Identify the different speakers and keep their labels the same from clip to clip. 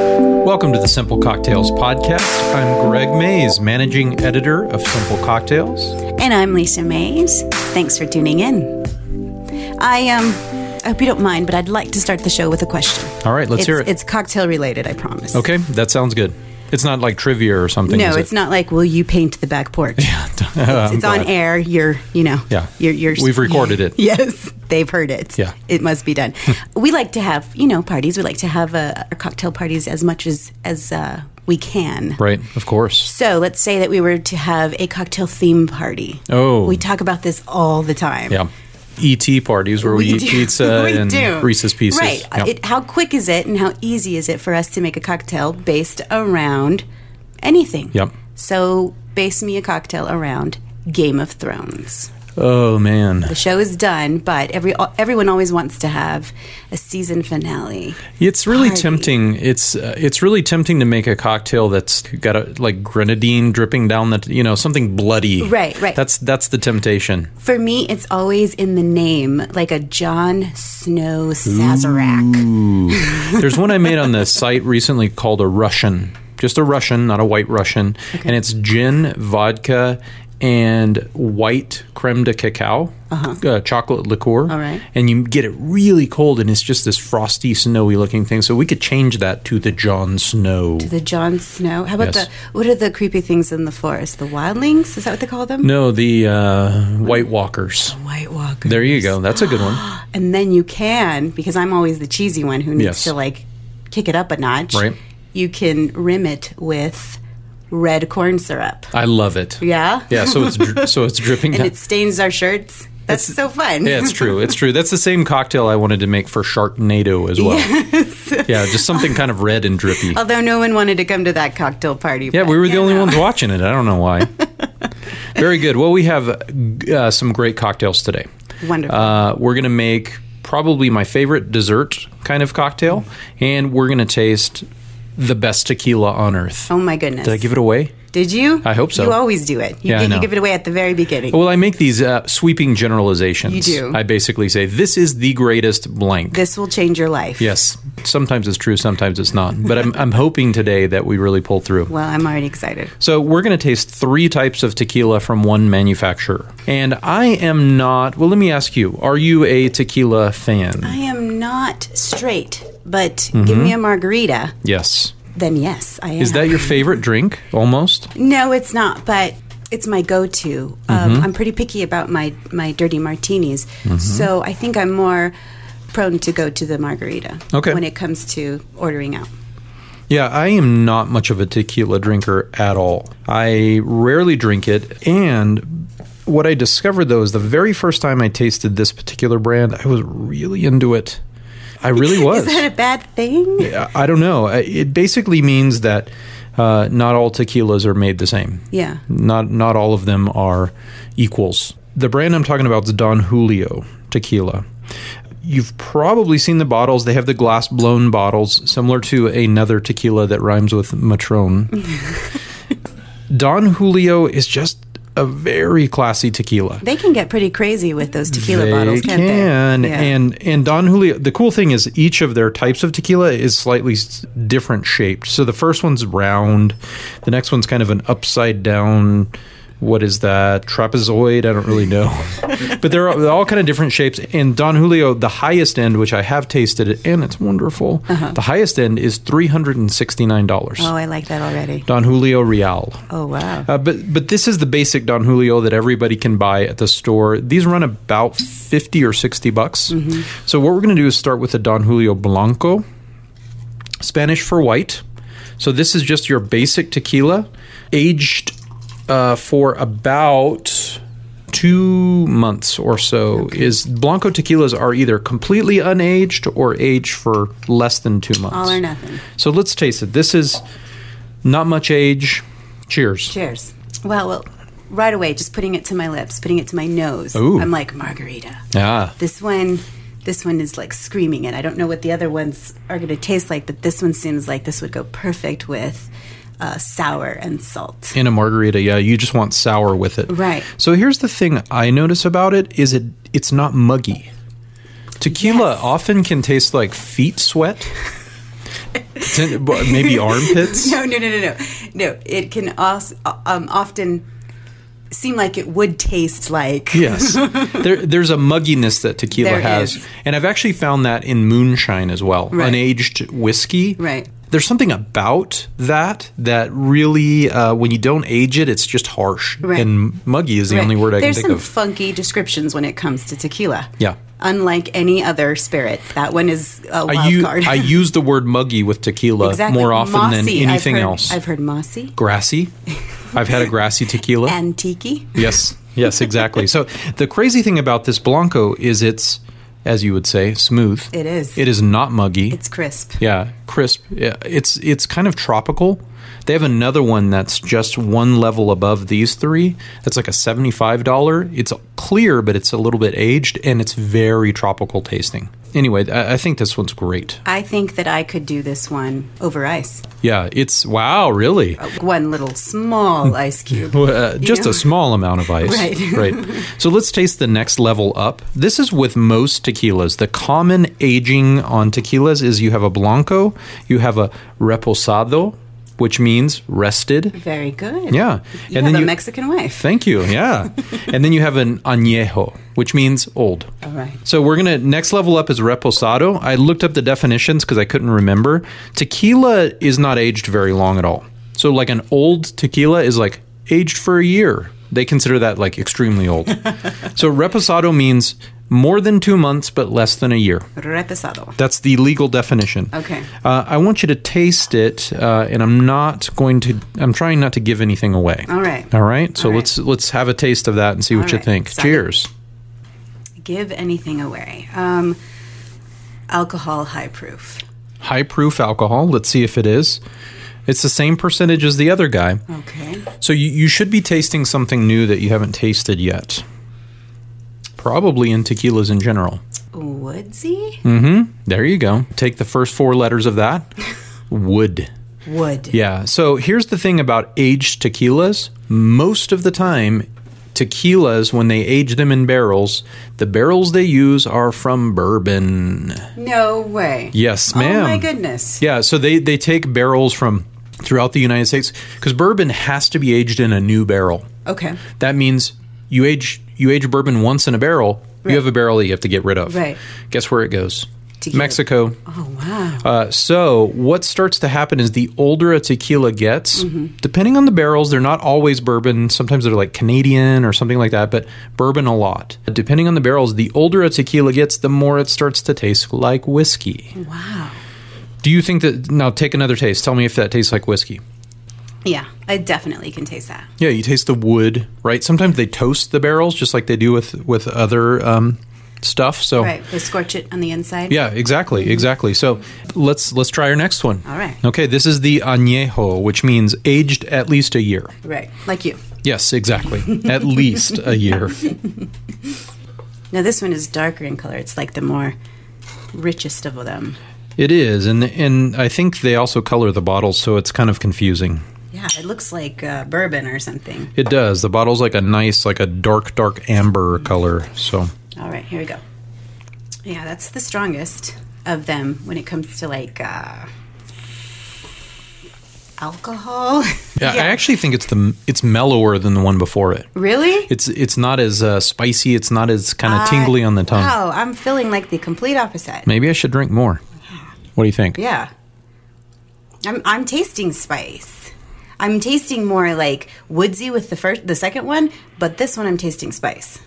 Speaker 1: Welcome to the Simple Cocktails Podcast. I'm Greg Mays, managing editor of Simple Cocktails.
Speaker 2: And I'm Lisa Mays. Thanks for tuning in. I um I hope you don't mind, but I'd like to start the show with a question.
Speaker 1: All right, let's
Speaker 2: it's,
Speaker 1: hear it.
Speaker 2: It's cocktail related, I promise.
Speaker 1: Okay, that sounds good. It's not like trivia or something.
Speaker 2: No,
Speaker 1: is
Speaker 2: it's
Speaker 1: it?
Speaker 2: not like will you paint the back porch?
Speaker 1: I'm
Speaker 2: it's
Speaker 1: glad.
Speaker 2: on air. You're, you know,
Speaker 1: Yeah.
Speaker 2: You're, you're,
Speaker 1: We've recorded it.
Speaker 2: yes, they've heard it.
Speaker 1: Yeah.
Speaker 2: it must be done. we like to have, you know, parties. We like to have uh, our cocktail parties as much as as uh, we can.
Speaker 1: Right, of course.
Speaker 2: So let's say that we were to have a cocktail theme party.
Speaker 1: Oh.
Speaker 2: we talk about this all the time.
Speaker 1: Yeah. ET parties where we, eat
Speaker 2: do.
Speaker 1: pizza
Speaker 2: We
Speaker 1: and
Speaker 2: do.
Speaker 1: Reese's Pieces.
Speaker 2: Right.
Speaker 1: Yeah.
Speaker 2: It, how quick is it and how easy is it for us to make a cocktail based around anything?
Speaker 1: Yep.
Speaker 2: So base me a cocktail around Game of Thrones.
Speaker 1: oh, man.
Speaker 2: The show is done, but every everyone always wants to have a season finale.
Speaker 1: It's really
Speaker 2: party.
Speaker 1: tempting. It's uh, it's really tempting to make a cocktail that's got a, like grenadine dripping down the, you know, something bloody.
Speaker 2: Right, right.
Speaker 1: That's that's the temptation.
Speaker 2: For me, it's always in the name, like a Jon Snow Sazerac.
Speaker 1: There's one I made on the site recently called a Russian, just a Russian, not a white Russian, and it's gin, vodka, and white creme de cacao, uh, chocolate liqueur.
Speaker 2: Uh-huh. All right.
Speaker 1: and you get it really cold, and it's just this frosty, snowy looking thing. So we could change that to the John Snow.
Speaker 2: The Jon Snow. How about
Speaker 1: Yes.
Speaker 2: the what are the creepy things in the forest? The wildlings? Is that what they call them?
Speaker 1: no, the uh, White Walkers.
Speaker 2: White Walker.
Speaker 1: There you go. That's a good one.
Speaker 2: and then you can because I'm always the cheesy one who needs
Speaker 1: Yes.
Speaker 2: to like kick it up a notch.
Speaker 1: Right.
Speaker 2: You can rim it with red corn syrup.
Speaker 1: I love it.
Speaker 2: Yeah.
Speaker 1: Yeah. So it's dri- so it's dripping
Speaker 2: And
Speaker 1: down.
Speaker 2: it stains our shirts. That's so fun.
Speaker 1: Yeah, it's true. It's true. That's the same cocktail I wanted to make for Sharknado as well. Yeah, just something kind of red and drippy.
Speaker 2: Although no one wanted to come to that cocktail party.
Speaker 1: Yeah,
Speaker 2: but,
Speaker 1: we were the
Speaker 2: you
Speaker 1: only
Speaker 2: know.
Speaker 1: ones watching it. I don't know why. Very good. Well, we have uh, some great cocktails today.
Speaker 2: Wonderful.
Speaker 1: Uh, we're going to make probably my favorite dessert kind of cocktail, and we're going to taste the best tequila on earth.
Speaker 2: oh my goodness.
Speaker 1: Did I give it away?
Speaker 2: Did you?
Speaker 1: I hope so.
Speaker 2: You always do it. You,
Speaker 1: Yeah, I
Speaker 2: give-
Speaker 1: know.
Speaker 2: you give it away at the very beginning.
Speaker 1: Well, I make these uh, sweeping generalizations.
Speaker 2: You do.
Speaker 1: I basically say, this is the greatest blank.
Speaker 2: This will change your life.
Speaker 1: Yes. Sometimes it's true, sometimes it's not. But I'm, I'm hoping today that we really pull through.
Speaker 2: Well, I'm already excited.
Speaker 1: So, we're going to taste three types of tequila from one manufacturer. And I am not, well, let me ask you are you a tequila fan?
Speaker 2: I am not straight, but give me a margarita,
Speaker 1: Yes.
Speaker 2: then yes, I am.
Speaker 1: Mm-hmm. Is that your favorite drink? Almost?
Speaker 2: No, it's not, but it's my go-to.
Speaker 1: Mm-hmm.
Speaker 2: Um, I'm pretty picky about my my dirty martinis, so I think I'm more prone to go to the margarita
Speaker 1: Okay.
Speaker 2: when it comes to ordering out.
Speaker 1: Yeah, I am not much of a tequila drinker at all. I rarely drink it. And what I discovered though is the very first time I tasted this particular brand, I was really into it. I really was.
Speaker 2: Is that a bad thing?
Speaker 1: I I don't know. I- It basically means that uh, not all tequilas are made the same.
Speaker 2: Yeah.
Speaker 1: Not not all of them are equals. The brand I'm talking about is Don Julio Tequila. You've probably seen the bottles. They have the glass blown bottles, similar to another tequila that rhymes with Matron. Don Julio is just a very classy tequila.
Speaker 2: They can get pretty crazy with those tequila
Speaker 1: They
Speaker 2: bottles, can't
Speaker 1: can.
Speaker 2: they? Yeah.
Speaker 1: And and Don Julio. The cool thing is each of their types of tequila is slightly s- different shaped. So the first one's round. The next one's kind of an upside down. What is that trapezoid? I don't really know, but they're all, they're all kind of different shapes. And Don Julio, the highest end, which I have tasted, it, and it's wonderful.
Speaker 2: Uh-huh.
Speaker 1: The highest end is three hundred and sixty nine dollars.
Speaker 2: oh, I like that already.
Speaker 1: Don Julio Real.
Speaker 2: Oh wow.
Speaker 1: Uh, but but this is the basic Don Julio that everybody can buy at the store. These run about fifty or sixty bucks. So what we're going to do is start with the Don Julio Blanco, Spanish for white. So this is just your basic tequila, aged uh, for about two months or so. Is Blanco tequilas are either completely unaged or aged for less than two months.
Speaker 2: All or nothing.
Speaker 1: So let's taste it. This is not much age. Cheers.
Speaker 2: Cheers. Well, well, right away, just putting it to my lips, putting it to my nose.
Speaker 1: Ooh.
Speaker 2: I'm like margarita.
Speaker 1: Ah.
Speaker 2: This one, this one is like screaming it. I don't know what the other ones are going to taste like, but this one seems like this would go perfect with uh, sour and salt.
Speaker 1: in a margarita yeah you just want sour with it
Speaker 2: Right.
Speaker 1: so here's the thing i notice about it is it it's not muggy tequila often can taste like feet sweat Ten- but maybe armpits.
Speaker 2: No, no, no, no, no. No, it can also, um, often seem like it would taste like.
Speaker 1: Yes, there, there's a mugginess that tequila
Speaker 2: There
Speaker 1: has,
Speaker 2: is.
Speaker 1: and I've actually found that in moonshine as well,
Speaker 2: Right.
Speaker 1: unaged whiskey.
Speaker 2: Right.
Speaker 1: There's something about that that really, uh, when you don't age it, it's just harsh.
Speaker 2: Right.
Speaker 1: And muggy is the
Speaker 2: Right.
Speaker 1: only word I
Speaker 2: There's
Speaker 1: can
Speaker 2: some
Speaker 1: think of.
Speaker 2: funky descriptions when it comes to tequila.
Speaker 1: Yeah.
Speaker 2: Unlike any other spirit, that one is a wild
Speaker 1: I, u-
Speaker 2: card.
Speaker 1: I use the word muggy with tequila more often than
Speaker 2: Mossy, I've
Speaker 1: anything
Speaker 2: heard-
Speaker 1: else.
Speaker 2: I've heard mossy,
Speaker 1: grassy. I've had a grassy tequila.
Speaker 2: antique.
Speaker 1: Yes, yes, exactly. so the crazy thing about this Blanco is it's, as you would say, smooth.
Speaker 2: It is.
Speaker 1: It is not muggy.
Speaker 2: It's crisp.
Speaker 1: yeah, crisp. Yeah, it's it's kind of tropical. They have another one that's just one level above these three. That's like a seventy-five dollar. It's clear, but it's a little bit aged, and it's very tropical tasting. Anyway, I, I think this one's great.
Speaker 2: I think that I could do this one over ice.
Speaker 1: Yeah, it's wow, really.
Speaker 2: One little small
Speaker 1: Hmm.
Speaker 2: ice cube.
Speaker 1: Uh, just
Speaker 2: know?
Speaker 1: a small amount of ice.
Speaker 2: Right.
Speaker 1: So let's taste the next level up. This is with most tequilas. The common aging on tequilas is you have a blanco, you have a reposado, which means rested.
Speaker 2: Very good.
Speaker 1: Yeah. and
Speaker 2: You have
Speaker 1: then
Speaker 2: a
Speaker 1: you
Speaker 2: Mexican wife.
Speaker 1: Thank you. Yeah. and then you have an añejo, which means old.
Speaker 2: All right.
Speaker 1: So we're gonna next level up is reposado. I looked up the definitions because I couldn't remember. Tequila is not aged very long at all. So like an old tequila is like aged for a year. They consider that like extremely old. so reposado means more than two months but less than a year.
Speaker 2: Reposado.
Speaker 1: That's the legal definition.
Speaker 2: Okay.
Speaker 1: Uh, I want you to taste it, uh, and I'm not going to. I'm trying not to give anything away.
Speaker 2: All right.
Speaker 1: All right. So
Speaker 2: All right.
Speaker 1: let's let's have a taste of that and see what
Speaker 2: All
Speaker 1: you
Speaker 2: right.
Speaker 1: think.
Speaker 2: Excited.
Speaker 1: Cheers.
Speaker 2: Give anything away. Um, alcohol high proof.
Speaker 1: high proof alcohol. Let's see if it is. It's the same percentage as the other guy.
Speaker 2: Okay.
Speaker 1: So you, you should be tasting something new that you haven't tasted yet. Probably in tequilas in general.
Speaker 2: Woodsy?
Speaker 1: Hmm. There you go. Take the first four letters of that. Wood.
Speaker 2: Wood.
Speaker 1: Yeah. So here's the thing about aged tequilas. Most of the time, tequilas, when they age them in barrels, the barrels they use are from bourbon.
Speaker 2: No way.
Speaker 1: Yes,
Speaker 2: Oh
Speaker 1: ma'am.
Speaker 2: my goodness.
Speaker 1: Yeah, so they they take barrels from throughout the United States because bourbon has to be aged in a new barrel.
Speaker 2: Okay.
Speaker 1: That means you age you age bourbon once in a barrel,
Speaker 2: Right.
Speaker 1: you have a barrel that you have to get rid of.
Speaker 2: Right.
Speaker 1: Guess where it goes?
Speaker 2: Tequila.
Speaker 1: Mexico.
Speaker 2: Oh wow.
Speaker 1: Uh, so what starts to happen is the older a tequila gets,
Speaker 2: Mm-hmm.
Speaker 1: depending on the barrels, they're not always bourbon. Sometimes they're like Canadian or something like that, but bourbon a lot. Depending on the barrels, the older a tequila gets, the more it starts to taste like whiskey.
Speaker 2: wow.
Speaker 1: Do you think that now take another taste? Tell me if that tastes like whiskey.
Speaker 2: Yeah, I definitely can taste that.
Speaker 1: Yeah, you taste the wood, right? Sometimes they toast the barrels just like they do with with other um, stuff. So
Speaker 2: Right. They scorch it on the inside.
Speaker 1: yeah, exactly, exactly. So let's let's try our next one.
Speaker 2: All right.
Speaker 1: Okay, this is the añejo, which means aged at least a year.
Speaker 2: Right. Like you.
Speaker 1: Yes, exactly. at least a year.
Speaker 2: Now this one is darker in color. It's like the more richest of them.
Speaker 1: It is, and and I think they also color the bottles, so it's kind of confusing.
Speaker 2: Yeah, it looks like uh, bourbon or something.
Speaker 1: It does. The bottle's like a nice, like a dark, dark amber color. So
Speaker 2: All right, here we go. Yeah, that's the strongest of them when it comes to like uh, alcohol.
Speaker 1: Yeah, I actually think it's the it's mellower than the one before it.
Speaker 2: really.
Speaker 1: It's it's not as uh, spicy. It's not as kind of
Speaker 2: I-
Speaker 1: tingly on the tongue.
Speaker 2: Wow, I'm feeling like the complete opposite.
Speaker 1: Maybe I should drink more. What do you think?
Speaker 2: Yeah, I'm I'm tasting spice. I'm tasting more like woodsy with the first, the second one, but this one I'm tasting spice.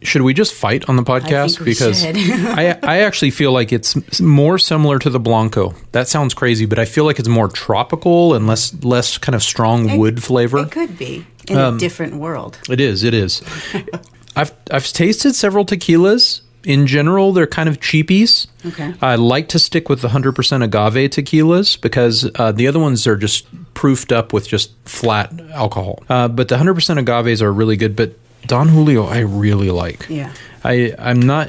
Speaker 1: Should we just fight on the podcast?
Speaker 2: think we
Speaker 1: because
Speaker 2: should.
Speaker 1: I I actually feel like it's s- more similar to the blanco. That sounds crazy, but I feel like it's more tropical and less less kind of strong wood flavor.
Speaker 2: It could be in
Speaker 1: Um,
Speaker 2: a different world.
Speaker 1: It is. It is. I've I've tasted several tequilas. In general, they're kind of cheapies.
Speaker 2: Okay.
Speaker 1: I like to stick with the hundred percent agave tequilas because uh, the other ones are just proofed up with just flat alcohol. Uh, but the hundred percent agaves are really good. But Don Julio, I really like.
Speaker 2: Yeah.
Speaker 1: I I'm not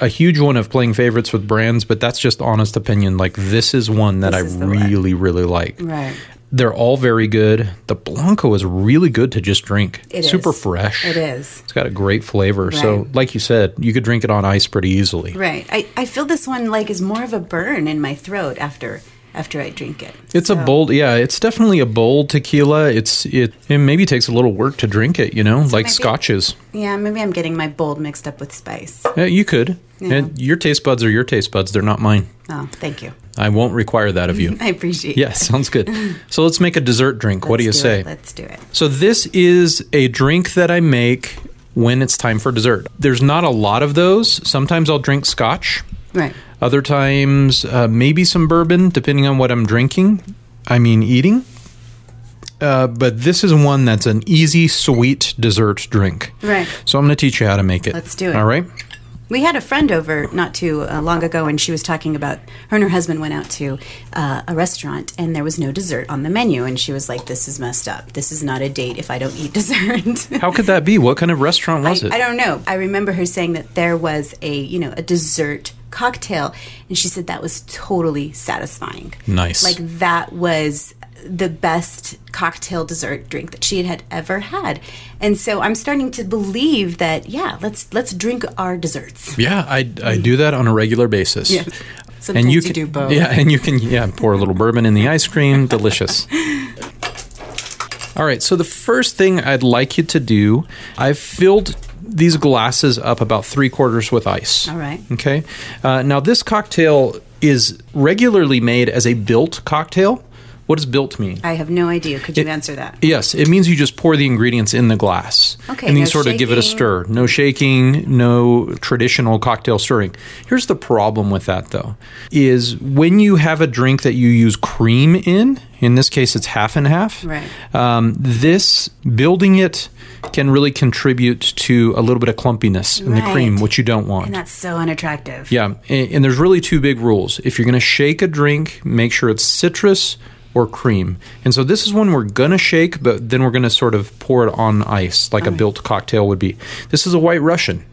Speaker 1: a huge one of playing favorites with brands, but that's just honest opinion. Like this is one that
Speaker 2: This is
Speaker 1: I
Speaker 2: the one.
Speaker 1: really really like.
Speaker 2: Right.
Speaker 1: They're all very good. The Blanco is really good to just drink.
Speaker 2: It is.
Speaker 1: Super fresh.
Speaker 2: It is.
Speaker 1: It's got a great flavor. So,
Speaker 2: Right.
Speaker 1: like you said, you could drink it on ice pretty easily.
Speaker 2: Right. I, I feel this one like is more of a burn in my throat after after I drink it.
Speaker 1: It's
Speaker 2: So-
Speaker 1: a bold, yeah. It's definitely a bold tequila. It's it. It maybe takes a little work to drink it. You know, like
Speaker 2: maybe-
Speaker 1: scotches.
Speaker 2: Yeah, maybe I'm getting my bold mixed up with spice.
Speaker 1: Yeah, you could.
Speaker 2: Yeah.
Speaker 1: And your taste buds are your taste buds. They're not mine.
Speaker 2: Oh, thank you.
Speaker 1: I won't require that of you.
Speaker 2: I appreciate.
Speaker 1: yeah, sounds good. So let's make a dessert drink. what do you
Speaker 2: Let's
Speaker 1: say?
Speaker 2: it. Let's do it.
Speaker 1: So this is a drink that I make when it's time for dessert. There's not a lot of those. Sometimes I'll drink scotch.
Speaker 2: Right.
Speaker 1: Other times, uh, maybe some bourbon, depending on what I'm drinking. I mean, eating. Uh, but this is one that's an easy, sweet dessert drink.
Speaker 2: Right.
Speaker 1: So I'm going to teach you how to make it.
Speaker 2: Let's do it.
Speaker 1: All right.
Speaker 2: We had a friend over not too uh, long ago, and she was talking about her and her husband went out to uh, a restaurant, and there was no dessert on the menu, and she was like, "This is messed up. This is not a date if I don't eat dessert."
Speaker 1: How could that be? What kind of restaurant was
Speaker 2: I,
Speaker 1: it?
Speaker 2: I don't know. I remember her saying that there was a you know a dessert cocktail, and she said that was totally satisfying.
Speaker 1: Nice.
Speaker 2: Like that was the best cocktail dessert drink that she had, had ever had, and so I'm starting to believe that yeah, let's let's drink our desserts.
Speaker 1: yeah, I, I do that on a regular basis.
Speaker 2: Yeah. Sometimes you do both.
Speaker 1: Yeah, and you can yeah pour a little bourbon in the ice cream. Delicious. All right, so the first thing I'd like you to do, I've filled these glasses up about three quarters with ice.
Speaker 2: All right.
Speaker 1: Okay. Uh, now this cocktail is regularly made as a built cocktail. What does built mean?
Speaker 2: I have no idea. Could you
Speaker 1: It-
Speaker 2: answer that?
Speaker 1: Yes, it means you just pour the ingredients in the glass.
Speaker 2: Okay,
Speaker 1: And then you
Speaker 2: no
Speaker 1: sort of give it a
Speaker 2: shaking.
Speaker 1: stir. No shaking, no traditional cocktail stirring. Here's the problem with that though, is when you have a drink that you use cream in, in this case it's half and half.
Speaker 2: Right.
Speaker 1: Um, this building it can really contribute to a little bit of clumpiness in the
Speaker 2: Right.
Speaker 1: cream, which you don't want.
Speaker 2: And that's so unattractive.
Speaker 1: Yeah, and, and there's really two big rules. If you're going to shake a drink, make sure it's citrus or cream. And so this is one we're going to shake, but then we're going to sort of pour it on ice, like a built cocktail would be. This is a White Russian.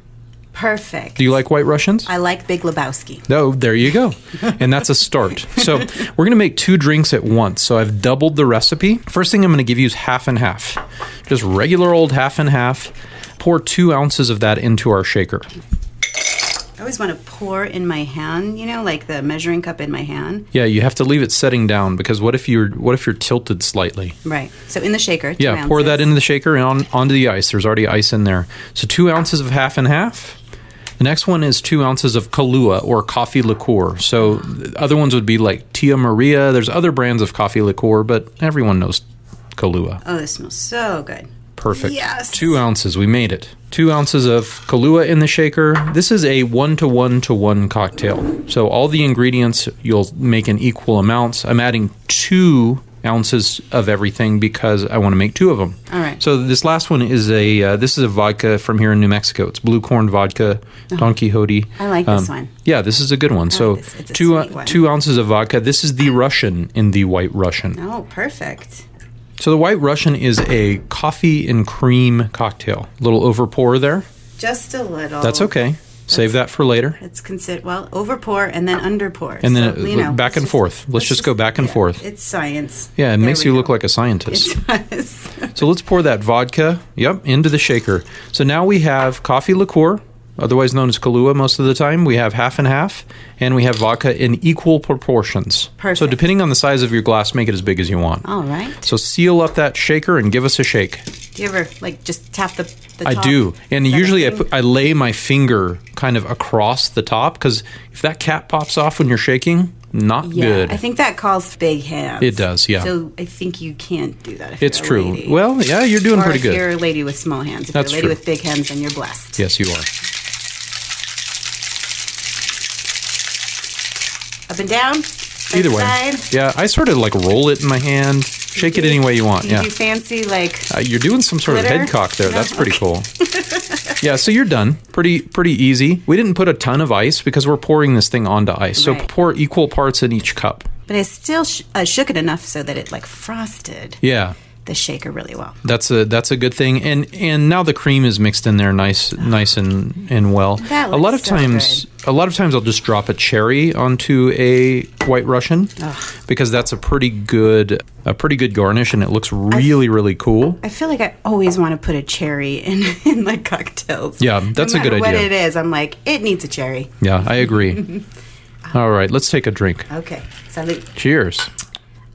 Speaker 2: Perfect.
Speaker 1: Do you like White Russians?
Speaker 2: I like Big Lebowski.
Speaker 1: No, there you go. And that's a start. So, we're going to make two drinks at once. So, I've doubled the recipe. First thing I'm going to give you is half and half, just regular old half and half. Pour two ounces of that into our shaker.
Speaker 2: I always want to pour in my hand, you know, like the measuring cup in my hand.
Speaker 1: Yeah, you have to leave it setting down because what if you're what if you're tilted slightly?
Speaker 2: Right. So in the shaker. two
Speaker 1: Yeah, pour
Speaker 2: ounces.
Speaker 1: that into the shaker and on, onto the ice. There's already ice in there. So two ounces of half and half. The next one is two ounces of Kahlua or coffee liqueur. So the other ones would be like Tia Maria. There's other brands of coffee liqueur, but everyone knows Kahlua.
Speaker 2: Oh, this smells so good.
Speaker 1: Perfect.
Speaker 2: yes.
Speaker 1: Two ounces. We made it. Two ounces of Kahlua in the shaker. This is a one to one to one cocktail. So all the ingredients you'll make in equal amounts. I'm adding two ounces of everything because I want to make two of them.
Speaker 2: All right.
Speaker 1: So this last one is a uh, this is a vodka from here in New Mexico. It's blue corn vodka, Don Quixote.
Speaker 2: Oh.
Speaker 1: Um,
Speaker 2: I like this one.
Speaker 1: Yeah, this is a good one. so
Speaker 2: this. It's a
Speaker 1: two uh,
Speaker 2: sweet one.
Speaker 1: two ounces of vodka. This is the Russian in the White Russian.
Speaker 2: Oh, perfect.
Speaker 1: So the White Russian is a coffee and cream cocktail. little over pour there.
Speaker 2: Just a little.
Speaker 1: That's okay. Save that for later.
Speaker 2: It's considered well over pour and then under pour,
Speaker 1: And then it- back and forth. Let's just go back and forth.
Speaker 2: It's science.
Speaker 1: Yeah, it
Speaker 2: There
Speaker 1: makes
Speaker 2: we
Speaker 1: you look
Speaker 2: go.
Speaker 1: like a scientist.
Speaker 2: It does.
Speaker 1: So let's pour that vodka, yep, into the shaker. So now we have coffee liqueur, otherwise known as Kahlua most of the time. We have half and half, and we have vodka in equal proportions. So
Speaker 2: Perfect.
Speaker 1: depending on the size of your glass, make it as big as you want.
Speaker 2: All right.
Speaker 1: So seal up that shaker and give us a shake.
Speaker 2: Do you ever like just tap the? the
Speaker 1: I
Speaker 2: top?
Speaker 1: do. And
Speaker 2: Is that a
Speaker 1: usually I,
Speaker 2: thing?
Speaker 1: put, I lay my finger kind of across the top because if that cap pops off when you're shaking, not
Speaker 2: Yeah,
Speaker 1: good.
Speaker 2: I think that calls big hands.
Speaker 1: It does, yeah.
Speaker 2: So I think you can't do that. If
Speaker 1: it's
Speaker 2: you're a
Speaker 1: true.
Speaker 2: lady.
Speaker 1: Well, yeah, you're doing
Speaker 2: or
Speaker 1: pretty
Speaker 2: if
Speaker 1: good.
Speaker 2: you're a lady with small hands. If
Speaker 1: That's
Speaker 2: you're a
Speaker 1: true.
Speaker 2: lady with big hands, then you're blessed.
Speaker 1: Yes, you are.
Speaker 2: Up and down.
Speaker 1: Either way.
Speaker 2: side.
Speaker 1: Yeah, I sort of like roll it in my hand, shake it any way you want.
Speaker 2: You
Speaker 1: Yeah.
Speaker 2: do fancy like
Speaker 1: Uh, you're doing some sort of
Speaker 2: Glitter?
Speaker 1: head cock there.
Speaker 2: No?
Speaker 1: That's pretty cool. yeah, so you're done. Pretty pretty easy. We didn't put a ton of ice because we're pouring this thing onto ice. So
Speaker 2: Right.
Speaker 1: pour equal parts in each cup.
Speaker 2: But I still sh- uh, shook it enough so that it like frosted
Speaker 1: Yeah.
Speaker 2: the shaker really well.
Speaker 1: That's a that's a good thing. And and now the cream is mixed in there nice nice and and well.
Speaker 2: That
Speaker 1: a lot of
Speaker 2: looks so
Speaker 1: times a lot of times I'll just drop a cherry onto a white russian because that's a pretty good a pretty good garnish and it looks really really cool.
Speaker 2: I feel like I always want to put a cherry in, in my cocktails.
Speaker 1: Yeah, that's a
Speaker 2: no matter
Speaker 1: good
Speaker 2: what
Speaker 1: idea.
Speaker 2: it is, I'm like, it needs a cherry.
Speaker 1: Yeah, I agree. All right, let's take a drink.
Speaker 2: Okay, salute.
Speaker 1: Cheers.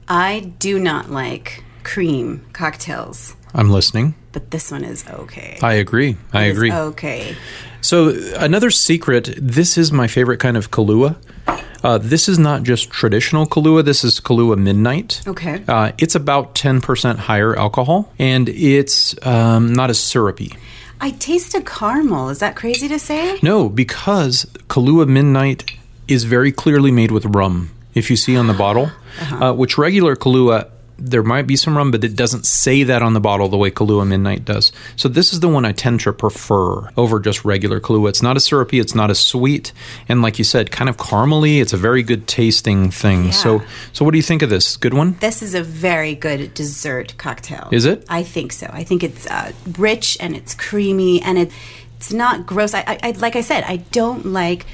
Speaker 2: I do not like cream cocktails,
Speaker 1: I'm listening.
Speaker 2: but this one is okay.
Speaker 1: I agree. I
Speaker 2: It's
Speaker 1: agree.
Speaker 2: Okay.
Speaker 1: So another secret. This is my favorite kind of Kahlua. Uh, this is not just traditional Kahlua. This is Kahlua Midnight.
Speaker 2: Okay.
Speaker 1: Uh, it's about ten percent higher alcohol, and it's um, not as syrupy.
Speaker 2: I taste a caramel. Is that crazy to say?
Speaker 1: No, because Kahlua Midnight is very clearly made with rum. If you see on the bottle, uh, which regular Kahlua. There might be some rum, but it doesn't say that on the bottle the way Kahlua Midnight does. So this is the one I tend to prefer over just regular Kahlua. It's not as syrupy, it's not as sweet, and like you said, kind of caramely. It's a very good tasting thing. So,
Speaker 2: Yeah.
Speaker 1: so what do you think of this? Good one?
Speaker 2: This is a very good dessert cocktail.
Speaker 1: Is it?
Speaker 2: I think so. I think it's uh, rich and it's creamy and it, it's not gross. I, I, I like I said, I don't like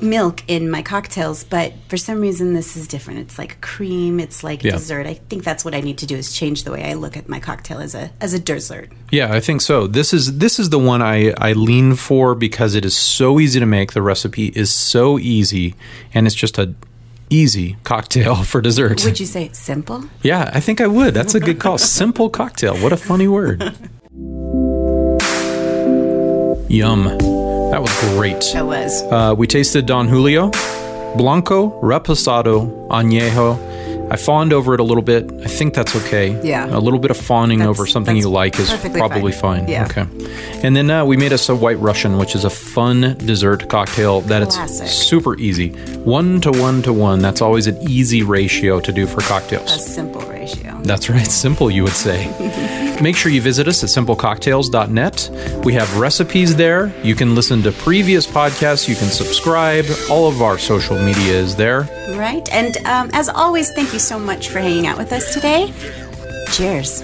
Speaker 2: milk in my cocktails, but for some reason this is different. It's like cream. It's like
Speaker 1: Yeah.
Speaker 2: dessert. I think that's what I need to do is change the way I look at my cocktail as a as a dessert.
Speaker 1: Yeah, I think so. This is this is the one I, I lean for because it is so easy to make. The recipe is so easy, and it's just a easy cocktail for dessert.
Speaker 2: Would you say it's simple?
Speaker 1: yeah, I think I would. That's a good call. Simple cocktail. What a funny word. Yum. That was great.
Speaker 2: It was.
Speaker 1: Uh, we tasted Don Julio, Blanco, Reposado, Añejo. I fawned over it a little bit. I think that's okay.
Speaker 2: Yeah.
Speaker 1: A little bit of fawning
Speaker 2: That's-
Speaker 1: over something
Speaker 2: that's
Speaker 1: you like is
Speaker 2: perfectly
Speaker 1: probably fine.
Speaker 2: fine. Yeah.
Speaker 1: Okay. And then uh, we made us a White Russian, which is a fun dessert cocktail that
Speaker 2: Classic.
Speaker 1: it's super easy. One to one to one. That's always an easy ratio to do for cocktails.
Speaker 2: A simple ratio.
Speaker 1: That's right, simple, you would say. Make sure you visit us at simplecocktails.net. We have recipes there. You can listen to previous podcasts. You can subscribe. All of our social media is there.
Speaker 2: Right. And um, as always, thank you so much for hanging out with us today. Cheers.